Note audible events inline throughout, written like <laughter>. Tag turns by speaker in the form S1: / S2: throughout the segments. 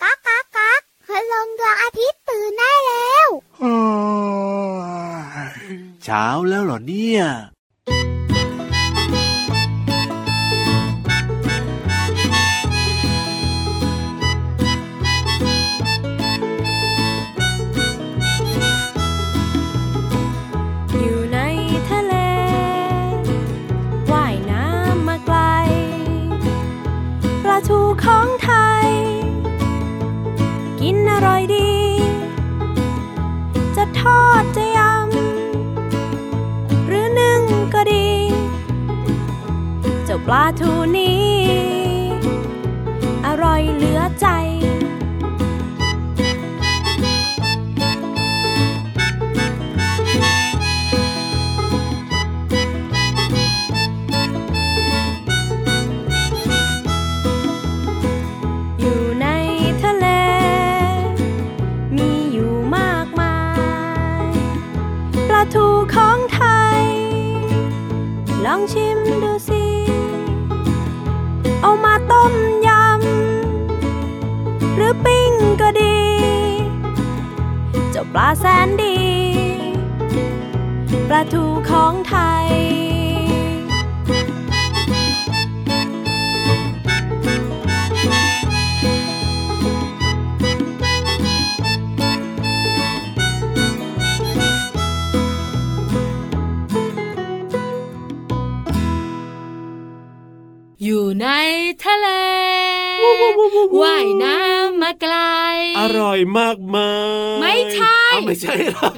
S1: กักกักกักพลงดวงอาทิตย์ตื่นได้แล้ว
S2: เช้าแล้วเหรอเนี่ย
S3: อยู่ในทะเล ว่ายน้ำมาไกล ปลาทูของไทย กินอร่อยดี จะทอดจะยำ หรือนึ่งก็ดี เจ้าปลาทูนี้ อร่อยเหลือใจ อยู่ในทะเล มีอยู่มากมาย ปลาทูของไทย ลองชิมดูสิ เอามาต้มยำ หรือปิ้งก็ดี เจ้าปลาแสนดี ปลาทูของไทย
S4: อยู่ในทะเลว่ายน้ำมาไกล
S5: อร่อยมากมาย
S4: ไม่ใช่
S5: อ้าวไม่ใช่เหรอ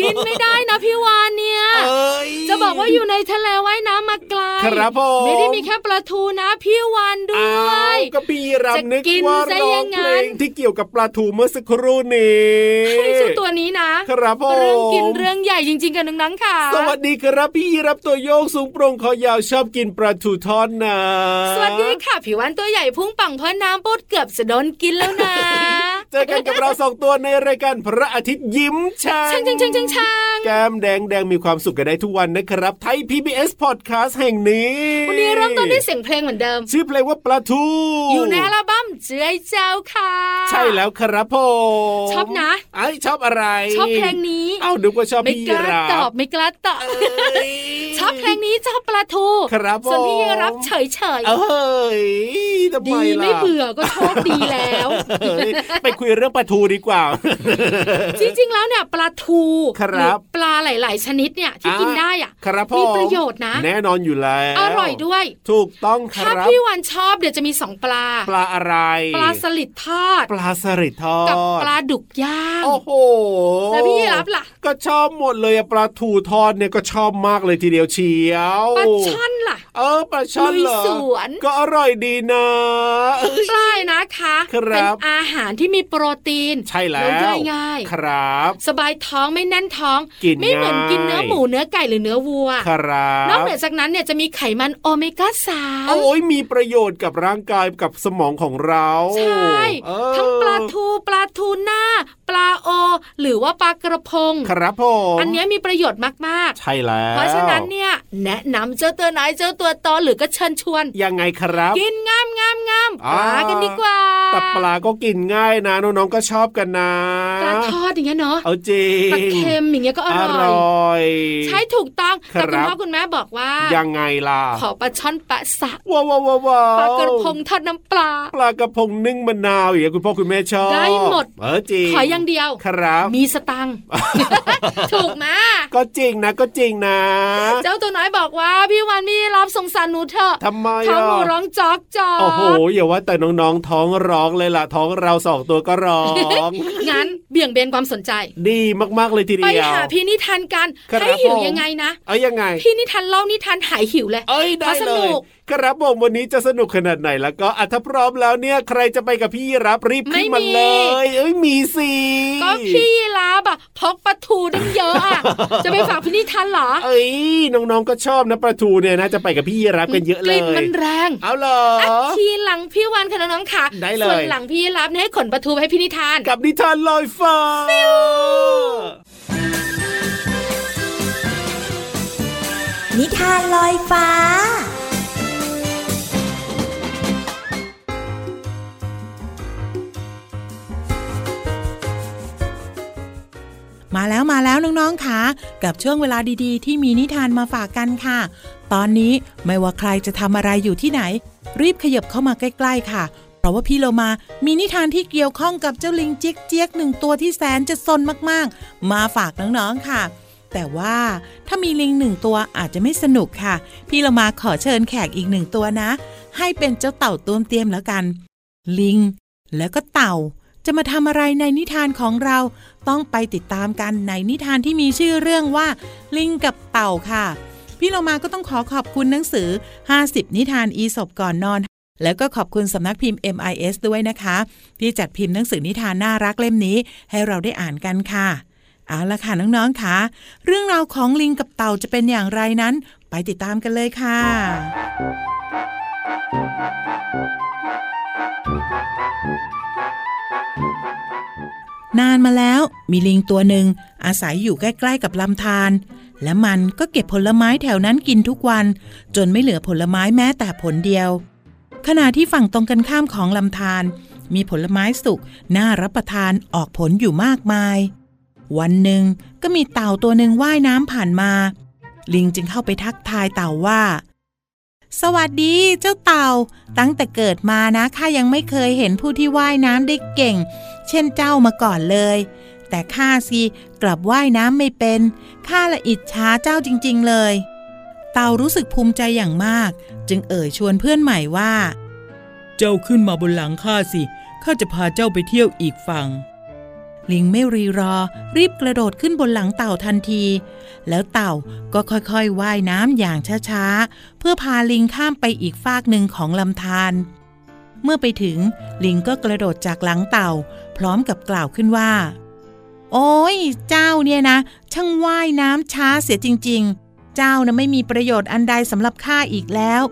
S4: กินไม่ได้นะพี่วานเนี่ย
S5: เอ้ย
S4: จะบอกว่าอยู่ในทะเลว่ายน้ำมาไกล
S5: ครับผม
S4: ไม่ได้มีแค่ปลาทูนะพี่วานด้
S5: อ้าววย ก็พี่รับนึก
S4: จะกิน
S5: ว่า
S4: ซะ
S5: ร้
S4: อ
S5: อย่าง
S4: ง
S5: เพ
S4: นั้น
S5: ลงที่เกี่ยวกับปลาทูเมื่อสักครู่นี้
S4: ให้เจ้าตัวนี้นะครับ
S5: ผม
S4: เรื่องกินเรื่องใหญ่จริง ๆ กันนังๆค่ะ
S5: สวัสดีครับพี่รับตัวโยกสูงโปรงคอยาวชอบกินปลาทูทอดนะ
S4: สวัสดีค่ะผิววันตัวใหญ่พุ่งปังเพราะน้ำปดเกือบจะโดนกินแล้วนะ
S5: เจอกันกับเราสองตัวในรายการพระอาทิตย์ยิ้มช่าง
S4: ช่างช่างช่างช่างช่าง
S5: แก้มแดงแดงมีความสุขกันได้ทุกวันนะครับ ไทย PBS Podcast แห่งนี้
S4: วันนี้เริ่มต้นด้วยเสียงเพลงเหมือนเดิม
S5: ชื่อเพลงว่าปลาทู
S4: อยู่ในอัลบั้มเจ้ยเจ้าค่ะ
S5: ใช่แล้วครับผม
S4: ชอบนะ
S5: ไอยชอบอะไร
S4: ชอบเพลงนี้
S5: เอ้าดูว่าชอบ
S4: ไม่
S5: พี่
S4: กล้า
S5: รับ
S4: ตอบไม่กล้าตอบ
S5: เอ้ย
S4: ชอบเพลงนี้ชอบปลาทู
S5: ครับ
S4: ส่วน
S5: ผม
S4: พี่รับเฉยเฉยๆ
S5: เอ้ยทำไม
S4: ดี
S5: ล่ะ
S4: ไม่เบื่อก็โชคดี
S5: <laughs>
S4: แล้ว
S5: เอ้ยไปคุยเรื่องปลาทูดีกว่า
S4: จริงๆแล้วเนี่ยปลาทู
S5: ครับ
S4: หอปลาหลาย ๆ ชนิดเนี่ยที่กินได้อ่ะ
S5: ครับผม
S4: มีประโยชน์นะ
S5: แน่นอนอยู่แล้ว
S4: อร่อยด้วย
S5: ถูกต้องค
S4: ถ้า
S5: รับ
S4: พี่วันชอบเดี๋ยวจะมีสองปลา
S5: ปลาอะไร
S4: ปลาสลิดทอด
S5: ปลาสลิดทอด
S4: กับปลาดุกย่าง
S5: โอ้โห
S4: แล้วพี่รับล่ะ
S5: ก็ชอบหมดเลยอะปลาทูทอดเนี่ยก็ชอบมากเลยทีเดียวเชียว
S4: ปลาช่อนล่ะ
S5: เออปลาช่อนเหรอ
S4: ลุยสวน
S5: ก็อร่อยดีนะ
S4: ปลานะคะ
S5: ครับ
S4: เป็นอาหารที่มีโปรตีน
S5: ใช่แล้ว
S4: ย่อยง่าย
S5: ครับ
S4: สบายท้องไม่แน่นท้อง
S5: กิน
S4: ไม่เหมือน
S5: ง่าย
S4: กินเนื้อหมูเนื้อไก่หรือเนื้อวัว
S5: ครับ
S4: นอกเหนือจากนั้นเนี่ยจะมีไขมันโอเมก้าสา
S5: เอาโอ้ยมีประโยชน์กับร่างกายกับสมองของเรา
S4: ใช่
S5: เออ
S4: ทั้งปลาทูปลาทูน่าปลาโอ หรือว่าปลากระพง
S5: ครับผม
S4: อันเนี้ยมีประโยชน์มาก
S5: ใช่แล้ว
S4: ๆ เพราะฉะนั้นเนี่ยแนะนำเจ้าตัวไหนเจ้าตัวโตหรือก็เชิญชวน
S5: ยังไงครับ
S4: กินงามงามงามป
S5: อ่า
S4: ลากันดีกว่า
S5: แต่ปลาก็กินง่ายนะน้องๆก็ชอบกันนะ
S4: ปลาทอดอย่างเงี้ยเนาะ
S5: เอาจริง
S4: ปลาเค็มอย่างเงี้ยก็อ
S5: อ
S4: ร่อย
S5: ร่อย
S4: ใช่ถูกต้อง
S5: ครับ
S4: แต่คุณพ่อคุณแม่บอกว่า
S5: ยังไงล่ะ
S4: ขอปลาช่อนปลาสะ
S5: ว้าวว้าวว้าวว้าว
S4: ปลากระพงทอดน้ำปลา
S5: ปลากระพงนึ่งมะนาวอย่างเงี้ยคุณพ่อคุณแม่ชอบ
S4: ได้หมด
S5: เออจริง
S4: ขออย่างเดียว
S5: ครับ
S4: มีสตังค์ ถูกไหม
S5: ก็จริงนะก็จริงนะ
S4: เจ้าตัวน้อยบอกว่า พี่วันมีรับสงสารหนูเถอะ
S5: ทำไม
S4: ท้อง
S5: อ่ะ
S4: หนูร้องจอกจอก
S5: โอ้โหอย่าว่าแต่น้องๆท้องร้องเลยล่ะท้องเราสองตัวก็ร้อง
S4: <laughs> งั้นเบี่ยงเบนความสนใจ
S5: ดีมากๆเลยทีเดียว
S4: ไปหาพี่นิทานกัน
S5: ครับ
S4: ให้หิว
S5: ผม
S4: ยังไงนะ
S5: เอายังไง
S4: พี่นิทานเล่านิทานหายหิวเลย
S5: เอ้ยได้
S4: มาส
S5: เล
S4: นุ
S5: ย
S4: ก
S5: ครับผมวันนี้จะสนุกขนาดไหนแล้วก็อะถ้าพร้อมแล้วเนี่ย ใครจะไปกับพี่รับรีบขึ้นมาเลย เอ้ยมีสิ
S4: ก็พี่ลาบอะพกปลาทูตั้งเยอะอะ จะไปฝากพี่นิทานเหรอ
S5: เอ้ยน้องๆก็ชอบนะประทูเนี่ยนะจะไปกับพี่รับกันเยอะ
S4: ก
S5: เล
S4: ลิ่นมั
S5: ย
S4: นแรง
S5: เอาเหรอ
S4: อัดทีหลังพี่วันค่ะน้องๆค่ะ
S5: ได้เลย
S4: ส่วนหลังพี่รับเนี่ยให้ขนประทูไปให้พี่นิทาน
S5: กับนิทานลอยฟ้า
S6: นิทานลอยฟ้า
S7: มาแล้วมาแล้วน้องๆค่ะกับช่วงเวลาดีๆ ที่มีนิทานมาฝากกันค่ะ ตอนนี้ไม่ว่าใครจะทำอะไรอยู่ที่ไหน รีบขยับเข้ามาใกล้ ๆ ค่ะ เพราะว่าพี่โลมามีนิทานที่เกี่ยวข้องกับเจ้าลิงเจี๊ยกๆหนึ่งตัวที่แสนจะซนมากๆ มาฝากน้องๆค่ะ แต่ว่าถ้ามีลิงหนึ่งตัวอาจจะไม่สนุกค่ะ พี่เรามาขอเชิญแขกอีกหนึ่งตัวนะ ให้เป็นเจ้าเต่าตัวเตรียมแล้วกัน ลิง แล้วก็เต่า จะมาทำอะไรในนิทานของเรา ต้องไปติดตามกันในนิทานที่มีชื่อเรื่องว่า ลิงกับเต่าค่ะ พี่เรามาก็ต้องขอขอบคุณหนังสือ 50 นิทานอีสบก่อนนอน แล้วก็ขอบคุณสำนักพิมพ์ MIS ด้วยนะคะ ที่จัดพิมพ์หนังสือนิทานน่ารักเล่มนี้ ให้เราได้อ่านกันค่ะ เอาละค่ะน้องๆค่ะ เรื่องราวของลิงกับเต่าจะเป็นอย่างไรนั้น ไปติดตามกันเลยค่ะ นานมาแล้วมีลิงตัวหนึ่งอาศัยอยู่ใกล้ ๆ กับลำธารและมันก็เก็บผลไม้แถวนั้นกินทุกวัน จนไม่เหลือผลไม้แม้แต่ผลเดียว ขณะที่ฝั่งตรงกันข้ามของลำธารมีผลไม้สุกน่ารับประทานออกผลอยู่มากมาย วันหนึ่งก็มีเต่าตัวหนึ่งว่ายน้ำผ่านมา ลิงจึงเข้าไปทักทายเต่าว่า สวัสดีเจ้าเต่า ตั้งแต่เกิดมานะข้ายังไม่เคยเห็นผู้ที่ว่ายน้ำได้เก่ง เช่นเจ้ามาก่อนเลย แต่ข้าสิกลับว่ายน้ำไม่เป็นข้าละอิจฉาเจ้าจริงๆเลย เต่ารู้สึกภูมิใจอย่างมาก จึงเอ่ยชวนเพื่อนใหม่ว่า เจ้าขึ้นมาบนหลังข้าสิข้าจะพาเจ้าไปเที่ยวอีกฝั่ง ลิงไม่รีรอ รีบกระโดดขึ้นบนหลังเต่าทันที แล้วเต่าก็ค่อยๆว่ายน้ำอย่างช้าๆ เพื่อพาลิงข้ามไปอีกฟากหนึ่งของลำธารเมื่อไปถึง ลิงก็กระโดดจากหลังเต่า พร้อมกับกล่าวขึ้นว่า โอ้ยเจ้าเนี่ยนะ ช่างว่ายน้ำช้าเสียจริงๆ เจ้านะไม่มีประโยชน์อันใดสำหรับข้าอีกแล้ว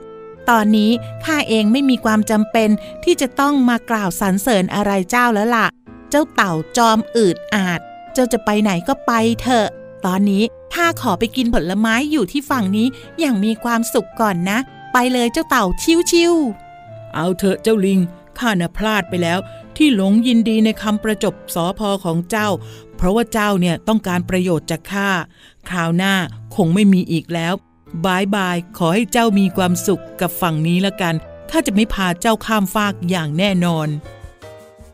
S7: ตอนนี้ข้าเองไม่มีความจำเป็นที่จะต้องมากล่าวสรรเสริญอะไรเจ้าแล้วล่ะ เจ้าเต่าจอมอืดอาด เจ้าจะไปไหนก็ไปเถอะ ตอนนี้ข้าขอไปกินผลไม้อยู่ที่ฝั่งนี้อย่างมีความสุขก่อนนะ ไปเลยเจ้าเต่าชิวๆเอาเถอะเจ้าลิง ข้าน่ะพลาดไปแล้ว ที่หลงยินดีในคำประจบสอพอของเจ้า เพราะว่าเจ้าเนี่ยต้องการประโยชน์จากข้า คราวหน้าคงไม่มีอีกแล้วบายบาย ขอให้เจ้ามีความสุขกับฝั่งนี้ละกัน ข้าจะไม่พาเจ้าข้ามฟากอย่างแน่นอน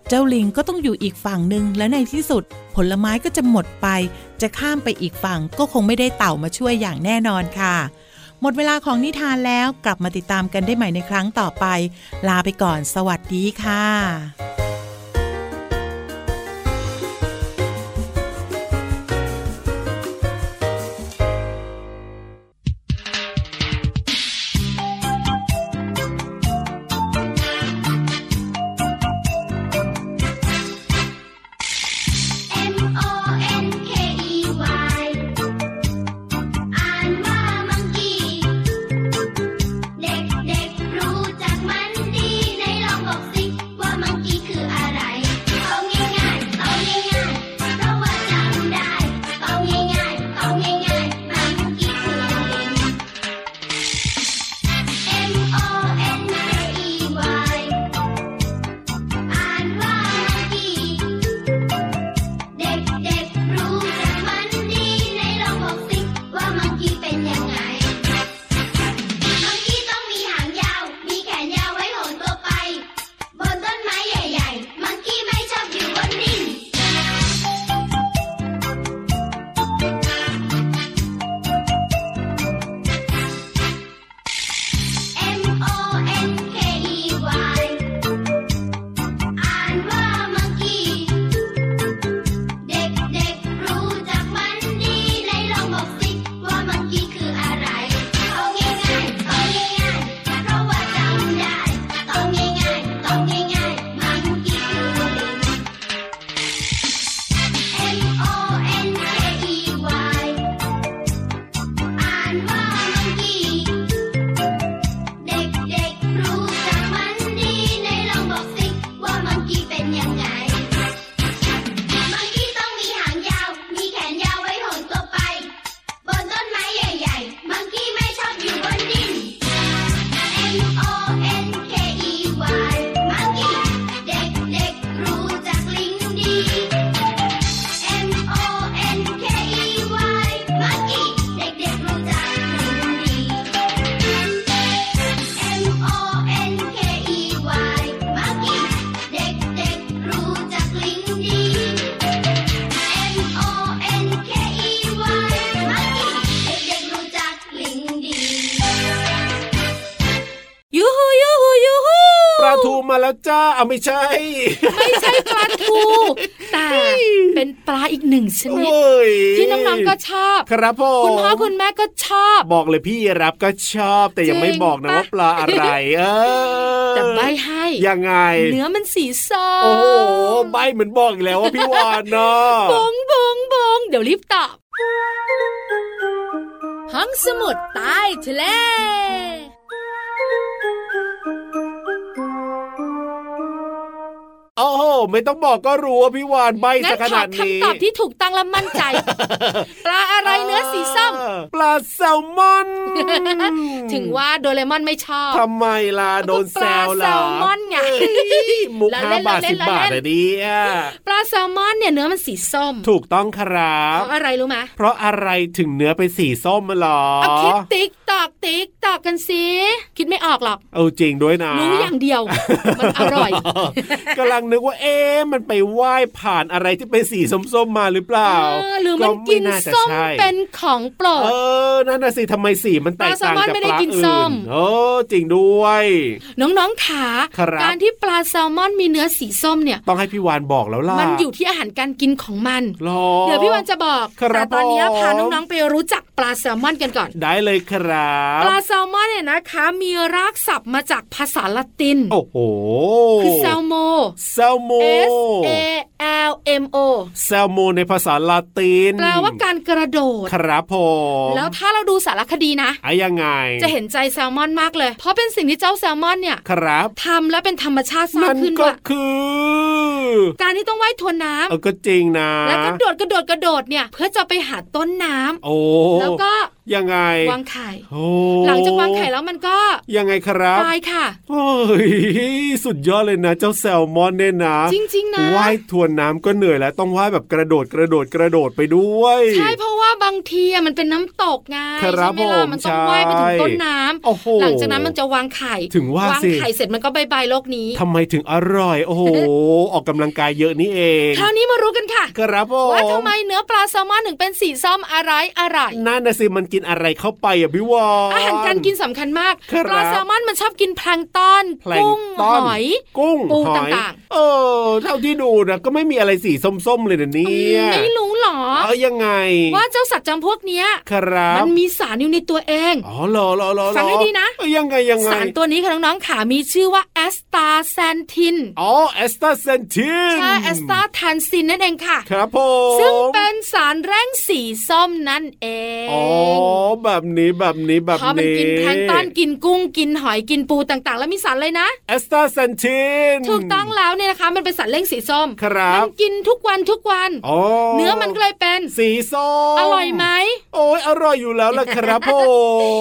S7: เจ้าลิงก็ต้องอยู่อีกฝั่งหนึ่งและในที่สุด ผลไม้ก็จะหมดไป จะข้ามไปอีกฝั่งก็คงไม่ได้เต่ามาช่วยอย่างแน่นอนค่ะ หมดเวลาของนิทานแล้วกลับมาติดตามกันได้ใหม่ในครั้งต่อไป ลาไปก่อนสวัสดีค่ะ
S8: M O N K E Y อ่านว่ามังกี้ เด็กๆรู้จักมันดีในลองบอกสิว่ามังกี้คือ
S5: ทูมาแล้วจ้าเอาไม่ใช่
S4: ไม่ใช่ปลาทู แต่เป็นปลาอีกหนึ่งชนิด
S5: โอ้ย
S4: ที่น้องๆก็ชอบ
S5: ครับพ่อ
S4: คุณพ่อคุณแม่ก็ชอบ
S5: บอกเลยพี่รับก็ชอบแต่ยัง
S4: จ
S5: ไม่
S4: ริง
S5: บอกนะ
S4: ปะ
S5: ว่าปลาอะไร เออ
S4: แต่ใบให้
S5: ยังไง
S4: เนื้อมันสีส้ม
S5: โอ้โหใบเหมือนบอกอีกแล้วว่าพี่วานเนาะ
S4: บงบงบงเดี๋ยวรีบตอบห้องสมุดใต้ทะเล
S5: โอ้โหไม่ต้องบอกก็รู้ว่าพี่วานใบ
S4: งั้
S5: สัก
S4: น
S5: ข
S4: ขอ
S5: นาดนี้
S4: คำตอบที่ถูกต้องและมั่น
S5: <laughs>
S4: ใจ ปลาอะไรเนื้อสีส้ม
S5: ปลาแซลมอน
S4: <laughs> ถึงว่าโดเรมอนไม่ชอบ
S5: ทำไมล่ะโดนแซว
S4: ก็
S5: ล่ะ
S4: ปลาแซลมอนไง
S5: เฮ้ยมุก
S4: เรา <laughs>
S5: ห้า
S4: เล่น
S5: บาท
S4: เราเล่
S5: สิ
S4: น
S5: บบาท
S4: เราเล่น
S5: อะเนี่ย
S4: ปลาแซลมอนเนี่ยเนื้อมันสีส้ม
S5: ถูกต้องครับ
S4: เพราะอะไรรู้ไหม
S5: เพราะอะไรถึงเนื้อเป็นสีส้มมาหรอ
S4: เอาคิดติ๊กตอกติ๊กตอกกันสิคิดไม่ออกหรอก
S5: เอาจริงด้วยนะ
S4: รู้อย่างเดียว มันอร่อย
S5: <laughs> กำลังนึกว่าเอ๊ะมันไปไหว้ผ่านอะไรที่เป็นสีส้มๆมาหรือเป
S4: เอ
S5: ล่า
S4: อหรือมันกิน
S5: ไาจะ
S4: ส้ม
S5: ใช่
S4: เป็นของโปร
S5: เอ
S4: ด
S5: อ นั่นน่ะสิทำไมสีมันแตก
S4: ป
S5: ต่าง
S4: ลาแซลมอน
S5: จาก
S4: ไม่
S5: ป
S4: ได้
S5: ลา
S4: กิน
S5: อื่
S4: ส้ม
S5: นโอ้จริงด้วย
S4: น้องๆขา
S5: ครับ
S4: การที่ปลาแซลมอนมีเนื้อสีส้มเนี่ย
S5: ต้องให้พี่วานบอกแล้วล่ะ
S4: มันอยู่ที่อาหารการกินของมัน
S5: หรอ
S4: เดี๋ยวพี่วันจะบอก
S5: ครับ
S4: แต่ตอนนี้
S5: ผม
S4: พาน้องๆไปรู้จักปลาแซลมอนกันก่อน
S5: ได้เลยครับ
S4: ปลาแซลมอนเนี่ยนะคะ มีรากศัพท์มาจากภาษาละติน
S5: โอ้โห
S4: คือแซลโม
S5: แซลโม
S4: S A L M O
S5: แซลโมในภาษาลาติน
S4: แปลว่าการกระโดด
S5: ครับผม
S4: แล้วถ้าเราดูสารคดีนะ
S5: อะยังไง
S4: จะเห็นใจแซลมอนมากเลย เพราะเป็นสิ่งที่เจ้าแซลมอนเนี่ย
S5: ครับ
S4: ทำและเป็นธรรมชาติสร้า
S5: มั
S4: งขึ้น
S5: ก็
S4: ว่า
S5: คือ
S4: การที่ต้องว่ายทวนน้ำ
S5: เออก็จริงนะ
S4: แล้วกระโดดกระโดดกระโดดเนี่ย เพื่อจะไปหาต้นน้ำ
S5: โอ้
S4: แล้วก็
S5: ยังไง
S4: วางไข่
S5: โอ้
S4: หลังจากวางไข่แล้วมันก็
S5: ยังไงครับ
S4: ตายค่ะ
S5: โอ้ยสุดยอดเลยนะ เจ้าแซลมอนเนี่ยนะ
S4: จริง ๆ นะ
S5: ว่ายทวนน้ำก็เหนื่อยแล้ว ต้องว่ายแบบกระโดดกระโดดกระโดดไปด้วย
S4: ใช่เพราะว่าบางทีอะมันเป็นน้ำตกไง
S5: ครับ
S4: ใช่ไหมล่ะ
S5: ผม
S4: มันต้อง
S5: ใช่
S4: ว่ายไปถึงต้นน้ำ
S5: โอ้โห
S4: หลังจากนั้นมันจะวางไข่
S5: ถึงว่าว
S4: าง
S5: สิ
S4: ไข่เสร็จมันก็บายบายโลกนี้
S5: ทำไมถึงอร่อย
S4: <laughs>
S5: โอ้โห ออกกำลังกายเยอะนี่เอง
S4: คราวนี้มารู้กันค่ะ
S5: ครับผม
S4: ว่าทำไมเนื้อปลาแซลมอนถึงเป็นสีส้มอะไรอะไรอย
S5: นั่นนะสิมันกินอะไรเข้าไปอ่ะพี่วอน
S4: อาหารการกินสำคัญมาก
S5: ครับ
S4: ปลาแซลมอนมันชอบกินแพลงก์ตอน
S5: แพลง
S4: กุ้ง
S5: ก์ต้น
S4: หอย
S5: กุ้ง
S4: ปู
S5: หอย
S4: ต่าง
S5: เออเท่าที่ดูนะก็ไม่มีอะไรสีส้มๆเลยนะเนี่ย
S4: ไม่รู้หรอ
S5: เออยังไง
S4: ว่าเจ้าสัตว์จำพวกเนี้ย
S5: ครับ
S4: มันมีสารอยู่ในตัวเอง
S5: อ๋อเหรอเหรอเหรอเรอ
S4: ฟังให้ดีนะ
S5: เอ้ยยังไงยังไง
S4: สารตัวนี้ค่ะน้องๆขามีชื่อว่าแอสตาแซนทิน
S5: อ๋อแอสตาเซนทิน
S4: ใช่แอสตาแทนซินนั่นเองค่ะ
S5: ครับผม
S4: ซึ่งเป็นสารแร่งสีส้มนั่นเอง
S5: อ๋อแบบนี้แบบนี้แบบ
S4: เพราะมัน
S5: นี้
S4: กินแพลงก์ตอนกินกุ้งกินหอยกินปูต่างๆ แล้วมีสารเลยนะ
S5: แอสตาเซนทิน
S4: ถูกต้องแล้วเนี่ยนะคะ มันเป็นสารแร่งสีส้ม
S5: ครั
S4: มั
S5: บ
S4: นกินทุกวันทุกวัน
S5: อ๋อ
S4: เนื้อมันก็เลยเป็น
S5: สีส้ม
S4: อร่อยไหม
S5: โอ้ยอร่อยอยู่แล้วล่ะครับผ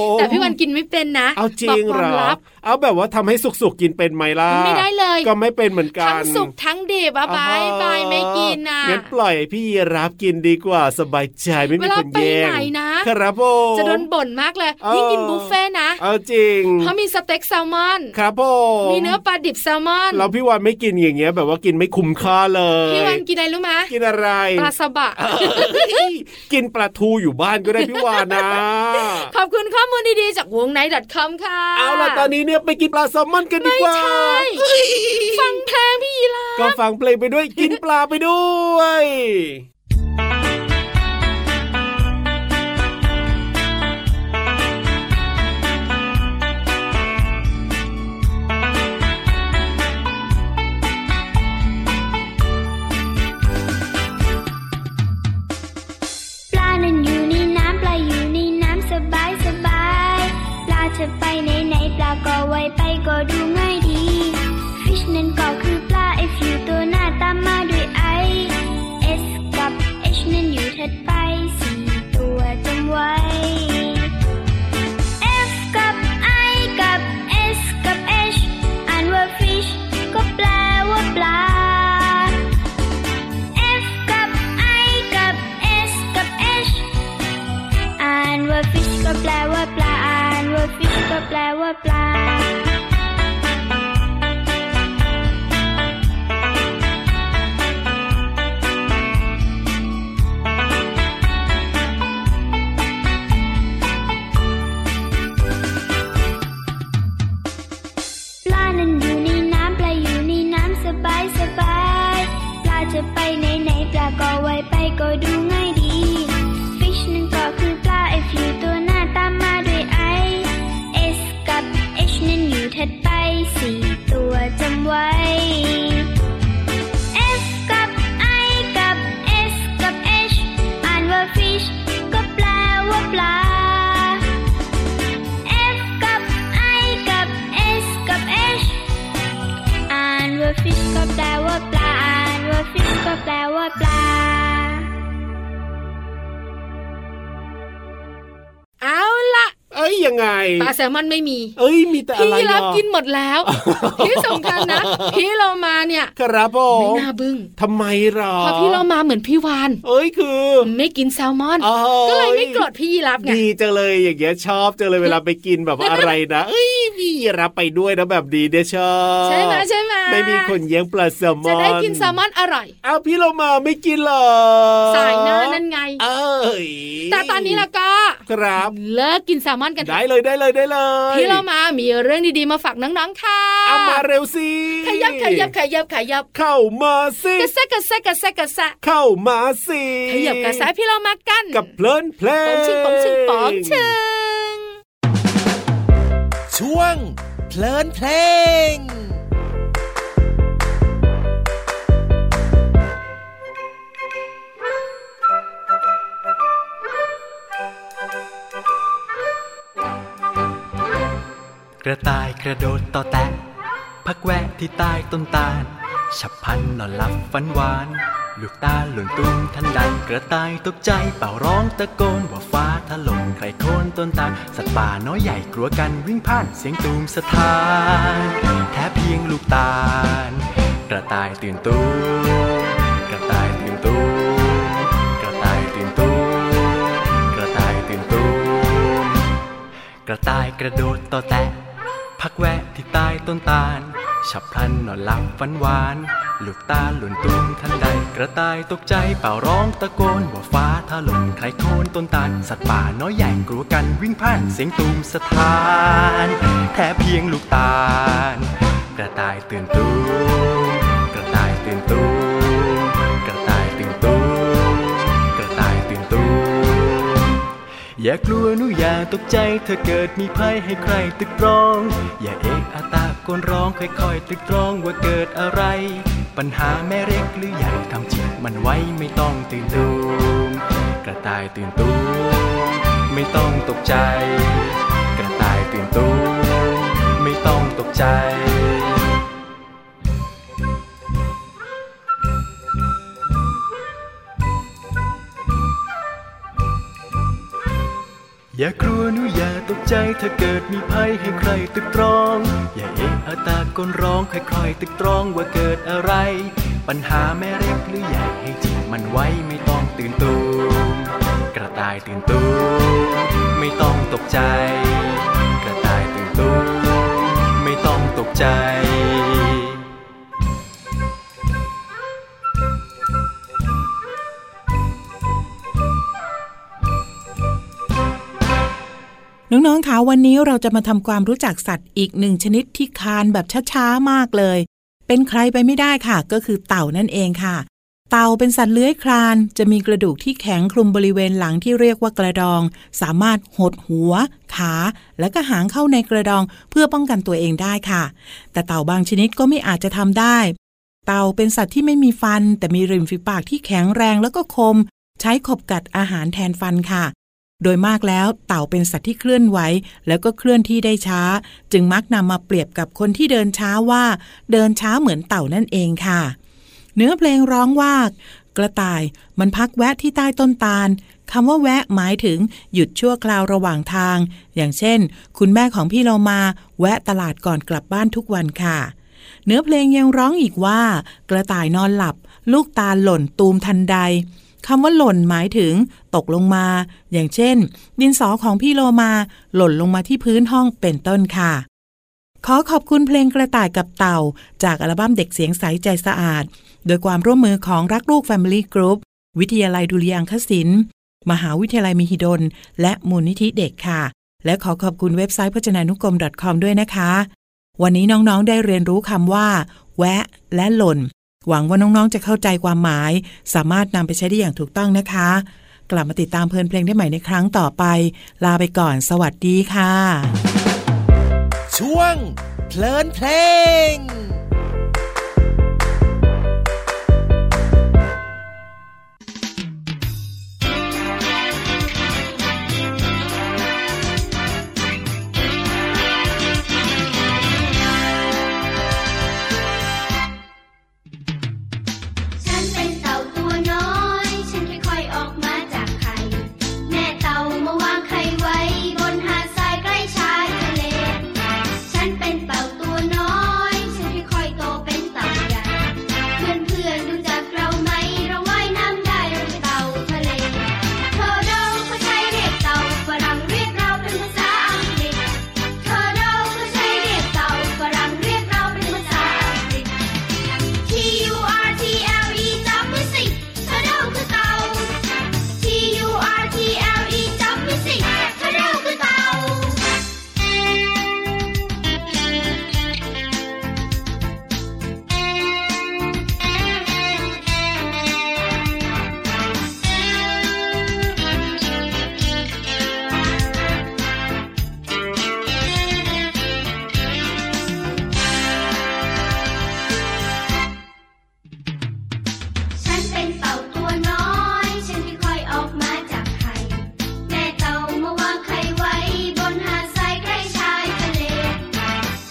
S5: ม
S4: แต่พี่วันกินไม่เป็นนะ
S5: เอาจริง
S4: บกค
S5: เหร
S4: วาม
S5: อ
S4: ลับ
S5: เอาแบบว่าทำให้สุกๆกินเป็นไหมล่ะ
S4: มันไม่ได้เลย
S5: ก็ไม่เป็นเหมือนกั
S4: ทั้
S5: น
S4: งสุกทั้งดิบอะบายบายไม่กินนะ
S5: งั้นปล่อยให้พี่รับกินดีกว่าสบายใจไม่
S4: เว
S5: มี
S4: ลา
S5: คน
S4: ไป
S5: แย่ง
S4: ไหนนะ
S5: ครับผม
S4: จะโดนบ่นมากเลย
S5: เออ
S4: ยิ่งกินบุฟเฟ่ต์นะ
S5: เอาจริง
S4: เพราะมีสเต็กแซลมอน
S5: ครับผม
S4: มีเนื้อปลาดิบแซลมอน
S5: แล้วพี่วันไม่กินอย่างเงี้ย แบบว่ากินไม่คุ้มค่าเลย
S4: พี่วันกินอะไรรู้ไหม
S5: กินอะไร
S4: ปลาสบะ
S5: เอ้ย <laughs> กินปลาทูอยู่บ้านก็ได้พี่วานนะ
S4: ขอบคุณข้อมูลดีๆ จากวงไน .com ค่ะ
S5: เอาล่ะตอนนี้เนี่ยไปกินปลาแซลมอนกันดีกว่า
S4: ไม่ใช่
S5: เอ้ย
S4: ฟังเพลงพี่ยีราฟ
S5: ก็ฟังเพลงไปด้วยกินปลาไปด้วย
S8: ปลานั้นอยู่ในน้ำปลาอยู่ในน้ำสบายสบายปลาจะไปไหนไหนปลาก็ไวไปก็ดูง่ายดี Fish นั้นก็คือปลา F U ตัวหน้าตามมาด้วย I S กับ H นั้นอยู่ถัดไปสี่ตัวจำไว้ F กับ I กับ S กับ H อ่านว่า Fish ก็แปลว่าปลา F กับ I กับ S กับ H อ่านว่า fish ก็แปลว่าปลา อ่านว่า fish ก็แปลว่าปลา ปลานั้นอยู่ในน้ำ จะไปไหนไหนปลาก็ไวไปก็ดูง่ายดี fish นั้นก็คือปลา f u ตัวหน้าตามมาด้วย i s กับ h นั้นอยู่ถัดไปสี่ตัวจำไว้ F กับ I กับ S กับ H อ่านว่า fish ก็แปลว่าปลา F กับ I กับ S กับ H อ่านว่า fish ก็แปลว่าปลา อ่านว่า fish ก็แปลว่าปลา
S4: เอาละ
S5: เอ้ยยังไง
S4: ปลาแซลมอนไม่มี
S5: เอ้ยมีแต่อะ
S4: พี่
S5: ไร
S4: รับ
S5: อ่ะ
S4: กินหมดแล้ว
S5: <laughs>
S4: ที่สำคัญนะพี่เรามาเนี่ย
S5: ครับผ
S4: ไม่
S5: ม
S4: น่าบึ้ง
S5: ทำไมหรอ
S4: เพราะพี่เรามาเหมือนพี่วาน
S5: เอ้ยคือ
S4: ไม่กินแซลมอน
S5: อ้าว
S4: ก็เลยไม่โกรธพี่ยีรับไง
S5: ดีจังเลยอย่างเงี้ยชอบจังเลยเวลาไปกินแบบว่าอะไรนะเอ้ยพี่รับไปด้วยนะแบบดีเด้ชอบ
S4: ใช่ไหมใช่ไหม
S5: ไม่มีคนแย่งปลาแซลมอน
S4: จะได้กินแซลมอนอร่อย
S5: อ้าวพี่เรามาไม่กินเหรอ
S4: สายหน้านั่นไง
S5: เอ้ย
S4: แต่ตอนนี้แล้วก็
S5: ครับ
S4: เลิกกินแซลมอนกันเถ
S5: ได้
S4: อะ
S5: เลยได้เลยได้เลย
S4: พี่เรามามีเรื่องดีๆมาฝากน้องๆค่ะ
S5: เอามาเร็วสิ
S4: ขยับขยับขยับขยับ
S5: เข้ามาสิ
S4: กระแซะกระแซะกระแซะกระแซะ
S5: เข้ามาสิ
S4: ขยับกระแซะพี่เรามากัน
S5: กับเพลินเพลง
S4: ปองชิงปองชิงปองชิง
S2: ช่วง เพลินเพลง กระต่ายกระโดดต่อแตะ พักแวะที่ใต้ต้นตาล ฉับพลันนอนหลับฝันหวาน ลูกตาหล่นตุ้มทันใดกระต่ายตกใจเป่าร้องตะโกนว่าฟ้าถล่มใครโค่นต้นตาลสัตว์ป่าน้อยใหญ่กลัวกันวิ่งผ่านเสียงตูมสถาน แท้เพียงลูกตาล กระต่ายตื่นตูมกระต่ายตื่นตูมกระต่ายตื่นตูมกระต่ายตื่นตูม กระต่ายกระโดดต่อแตะ พักแวะที่ใต้ต้นตาล ฉับพลันนอนหลับฝันหวาน ลูกตาหล่นตุ้มทันใด กระต่ายตกใจเป่าร้องตะโกนว่าฟ้าถล่มใครโค่นต้นตาล สัตว์ป่าน้อยใหญ่กลัวกันวิ่งผ่านเสียงตูมสถานแค่เพียงลูกตาล กระต่ายตื่นตูมกระต่ายตื่นตูมกระต่ายตื่นตูมกระต่ายตื่นตูม อย่ากลัวหนูอย่าตกใจถ้าเกิดมีภัยให้ใครตึกตรอง อย่าเอกอาตากกนร้องค่อยๆตึกตรองว่าเกิดอะไร ปัญหาแม่เล็กหรือใหญ่ทำจิตมันไว้ไม่ต้องตื่นตูมกระต่ายตื่นตูมไม่ต้องตกใจ กระต่ายตื่นตูมไม่ต้องตกใจ อย่ากลัวหนูอย่าตกใจถ้าเกิดมีภัยให้ใครตึกตรอง อย่าเอะอาตากนร้องค่อยๆตึกตรองว่าเกิดอะไร ปัญหาแม่เล็กหรือใหญ่ให้จิตมันไว้ไม่ต้องตื่นตูมกระต่ายตื่นตูมไม่ต้องตกใจ กระต่ายตื่นตูมไม่ต้องตกใจ
S7: น้องๆคะวันนี้เราจะมาทำความรู้จักสัตว์อีกหนึ่งชนิดที่คลานแบบช้าๆมากเลย เป็นใครไปไม่ได้ค่ะ ก็คือเต่านั่นเองค่ะ เต่าเป็นสัตว์เลื้อยคลาน จะมีกระดูกที่แข็งคลุมบริเวณหลังที่เรียกว่ากระดอง สามารถหดหัว ขา และก็หางเข้าในกระดองเพื่อป้องกันตัวเองได้ค่ะ แต่เต่าบางชนิดก็ไม่อาจจะทำได้ เต่าเป็นสัตว์ที่ไม่มีฟัน แต่มีริมฝีปากที่แข็งแรงแล้วก็คม ใช้ขบกัดอาหารแทนฟันค่ะ โดยมากแล้วเต่าเป็นสัตว์ที่เคลื่อนไหวแล้วก็เคลื่อนที่ได้ช้า จึงมักนำมาเปรียบกับคนที่เดินช้าว่า เดินช้าเหมือนเต่านั่นเองค่ะ เนื้อเพลงร้องว่า กระต่ายมันพักแวะที่ใต้ต้นตาลคำว่าแวะหมายถึงหยุดชั่วคราวระหว่างทาง อย่างเช่น คุณแม่ของพี่เรามาแวะตลาดก่อนกลับบ้านทุกวันค่ะ เนื้อเพลงยังร้องอีกว่า กระต่ายนอนหลับ ลูกตาหล่นตูมทันใดคำว่าหล่นหมายถึง ตกลงมา อย่างเช่น ดินสอของพี่โลมา หล่นลงมาที่พื้นห้องเป็นต้นค่ะ ขอขอบคุณเพลงกระต่ายกับเต่า จากอัลบั้มเด็กเสียงใสใจสะอาด โดยความร่วมมือของรักลูก Family Group วิทยาลัยดุริยางคศิลป์มหาวิทยาลัยมหิดล และมูลนิธิเด็กค่ะ และขอขอบคุณเว็บไซต์พจนานุกรม .com ด้วยนะคะ วันนี้น้องๆได้เรียนรู้คำว่า แวะ และหล่น หวังว่าน้อง ๆ จะเข้าใจความหมาย สามารถนำไปใช้ได้อย่างถูกต้องนะคะ กลับมาติดตามเพลินเพลงได้ใหม่ในครั้งต่อไป ลาไปก่อน สวัสดีค่ะ
S9: ช่วงเพลินเพลง
S8: ฉันเป็นเต่าตัวน้อย ฉันค่อยๆออกมาจากไข่ แม่เต่ามาวางไข่ไว้ บนหาดทรายใกล้ชายทะเล ฉันเป็นเต่าตัวน้อย ฉันค่อยๆโตเป็นเต่าใหญ่ เพื่อนๆรู้จักเราไหม เราว่ายน้ำได้เราเป็นเต่าทะเลเทอร์โดเขาใช้เรียกเต่าฝรั่งเรียกเราเป็นภาษาอังกฤษเทอร์โดเขาใช้เรียกเต่าฝรั่งเรียกเราเป็นภาษาอังกฤษ T U R T L E W C ทะเลคือเต่า T U R T L E W C ทะเลคือเต่า ฉันเป็นเต่าตัวน้อย ฉันค่อยๆออกมาจากไข่ แม่เต่ามาวางไข่ไว้ บนหาดทรายใกล้ชายทะเล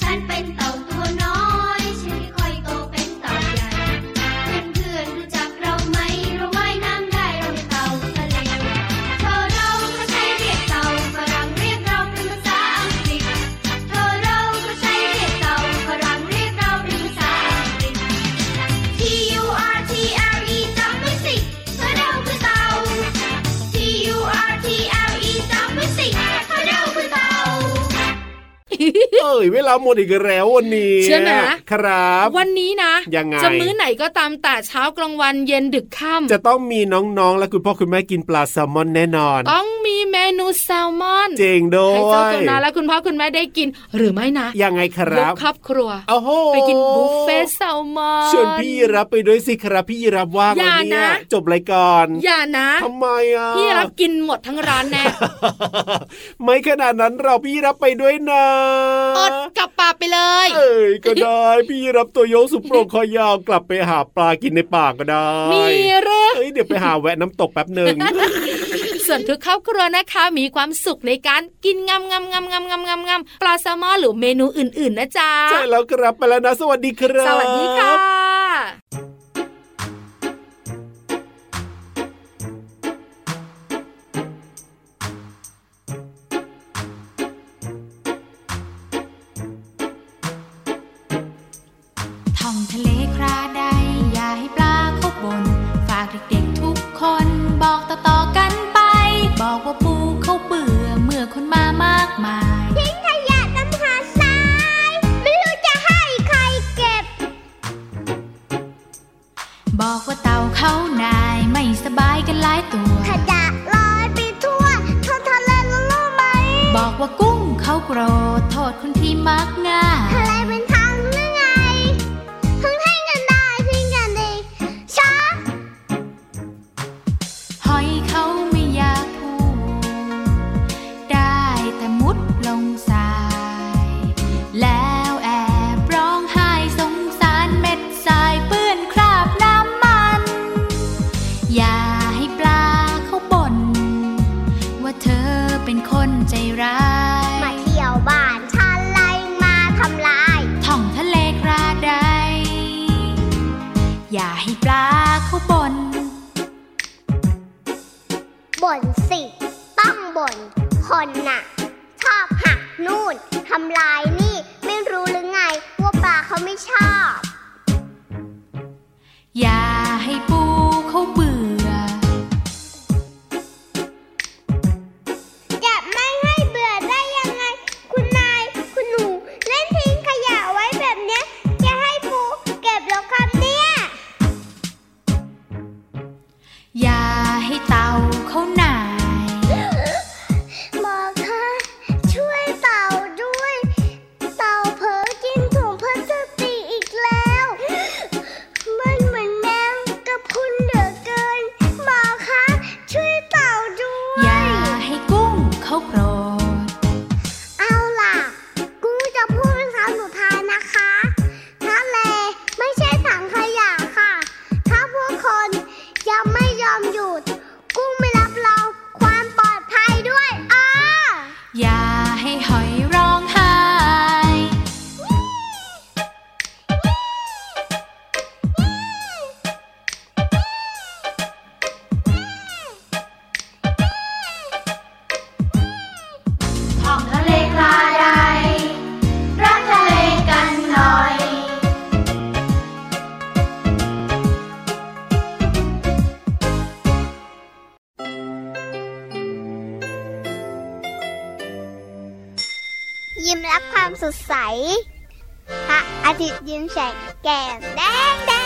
S8: ฉันเป็นเต่าตัวน้อย ฉันค่อยๆโตเป็นเต่าใหญ่ เพื่อนๆรู้จักเราไหม เราว่ายน้ำได้เราเป็นเต่าทะเลเทอร์โดเขาใช้เรียกเต่าฝรั่งเรียกเราเป็นภาษาอังกฤษเทอร์โดเขาใช้เรียกเต่าฝรั่งเรียกเราเป็นภาษาอังกฤษ T U R T L E W C ทะเลคือเต่า T U R T L E W C ทะเลคือเต่า
S5: เอ้ยเวลาหมดอีกแล้ววันนี้
S4: เชื่อนะ
S5: ครับ
S4: วันนี้นะ
S5: ยังไง
S4: จะมื้อไหนก็ตามแต่เช้ากลางวันเย็นดึกค่ำ
S5: จะต้องมีน้องๆ และคุณพ่อคุณแม่กินปลาแซลมอนแน่นอน
S4: ต้องมีเมนูแซลมอน
S5: เจงด้
S4: ให้
S5: ว
S4: เจ้าย ตัวนาและคุณพ่อคุณแม่ได้กินหรือไม่นะ
S5: ยังไงค
S4: ย
S5: รั
S4: ก
S5: บ
S4: ครอบครัว
S5: โอ้โห
S4: ไปกินบุฟเฟ่ต์แซลมอน
S5: ชวนพี่รับไปด้วยสิครับพี่รับว่าง
S4: อย่า
S5: วันนี้
S4: นะ
S5: จบรายการ
S4: อย่านะ
S5: ทำไมอ่ะ
S4: พี่รับกินหมดทั้งร้านแน่
S5: ไม่ขนาดนั้นเราพี่รับไปด้วยนะ
S4: อดกลับป่ากไปเลย
S5: เอ้ยก็ได้ พี่รับตัวโยกสุโปรงคอยาวกลับไปหาปลากินในป่าก็ได้
S4: มีเรื่อง
S5: เอ้ยเดี๋ยวไปหาแวะน้ำตกแป๊บหนึ่ง
S4: ส่วนทุกครอบครัวนะคะมีความสุขในการกินงำงำงำงำงำงำงำปลาแซลมอนหรือเมนูอื่นๆนะจ๊ะ
S5: ใช่แล้วครับไปแล้วนะ สวัสดีครับ
S4: สวัสดีค่ะ
S10: ท่องทะเลคราใด อย่าให้ปลาเข้าบน ฝากเด็กๆทุกคน บอกต่อๆกันไป บอกว่าปูเขาเบื่อเมื่อคนมามากมาย
S1: ทิ้งขยะน้ำหาทราย ไม่รู้จะให้ใครเก็บ
S10: บอกว่าเต่าเขานายไม่สบายกันหลายตัว
S1: ขยะลอยไปทั่วท้องทะเลแล้วรู้ไหม
S10: บอกว่ากุ้งเขาโกรธโทษคนที่มักง่าย
S1: ทะเลเป็นทางหรือไงเพิ่งให้กันได้เพิ่งกันเองช้า
S10: หอยเขาไม่อยากพูด ได้แต่มุดลงทราย แล้วแอบร้องไห้สงสารเม็ดทรายเปื้อนคราบน้ำมัน อย่าให้ปลาเขาบ่น ว่าเธอเป็นคนใจร้าย
S1: มาเที่ยวบ้านฉันไล่มาทำลาย
S10: ท่องทะเลกระไดอย่าให้ปลาเขาบ่น
S1: บ่นสิ ต้องบ่นคนน่ะ ชอบหักนู่นทำลายนี่ ไม่รู้หรือไง ว่าปลาเขาไม่ชอบ
S10: อย่าให้ปูเขาเบื่อ
S1: จะไม่ให้เบื่อได้ยังไง คุณนาย คุณหนู เล่นทิ้งขยะไว้แบบเนี้ย จะให้ปูเก็บเหรอครับเนี่ย
S10: อย่าให้เต่าเขาหน่าย
S1: <gasps> บอกค่ะช่วยเต่าด้วย เต่าเผลอกินถุงพลาสติกอีก รับความสดใส พระอาทิตย์ยิ้มแฉกแก้มแดงแดง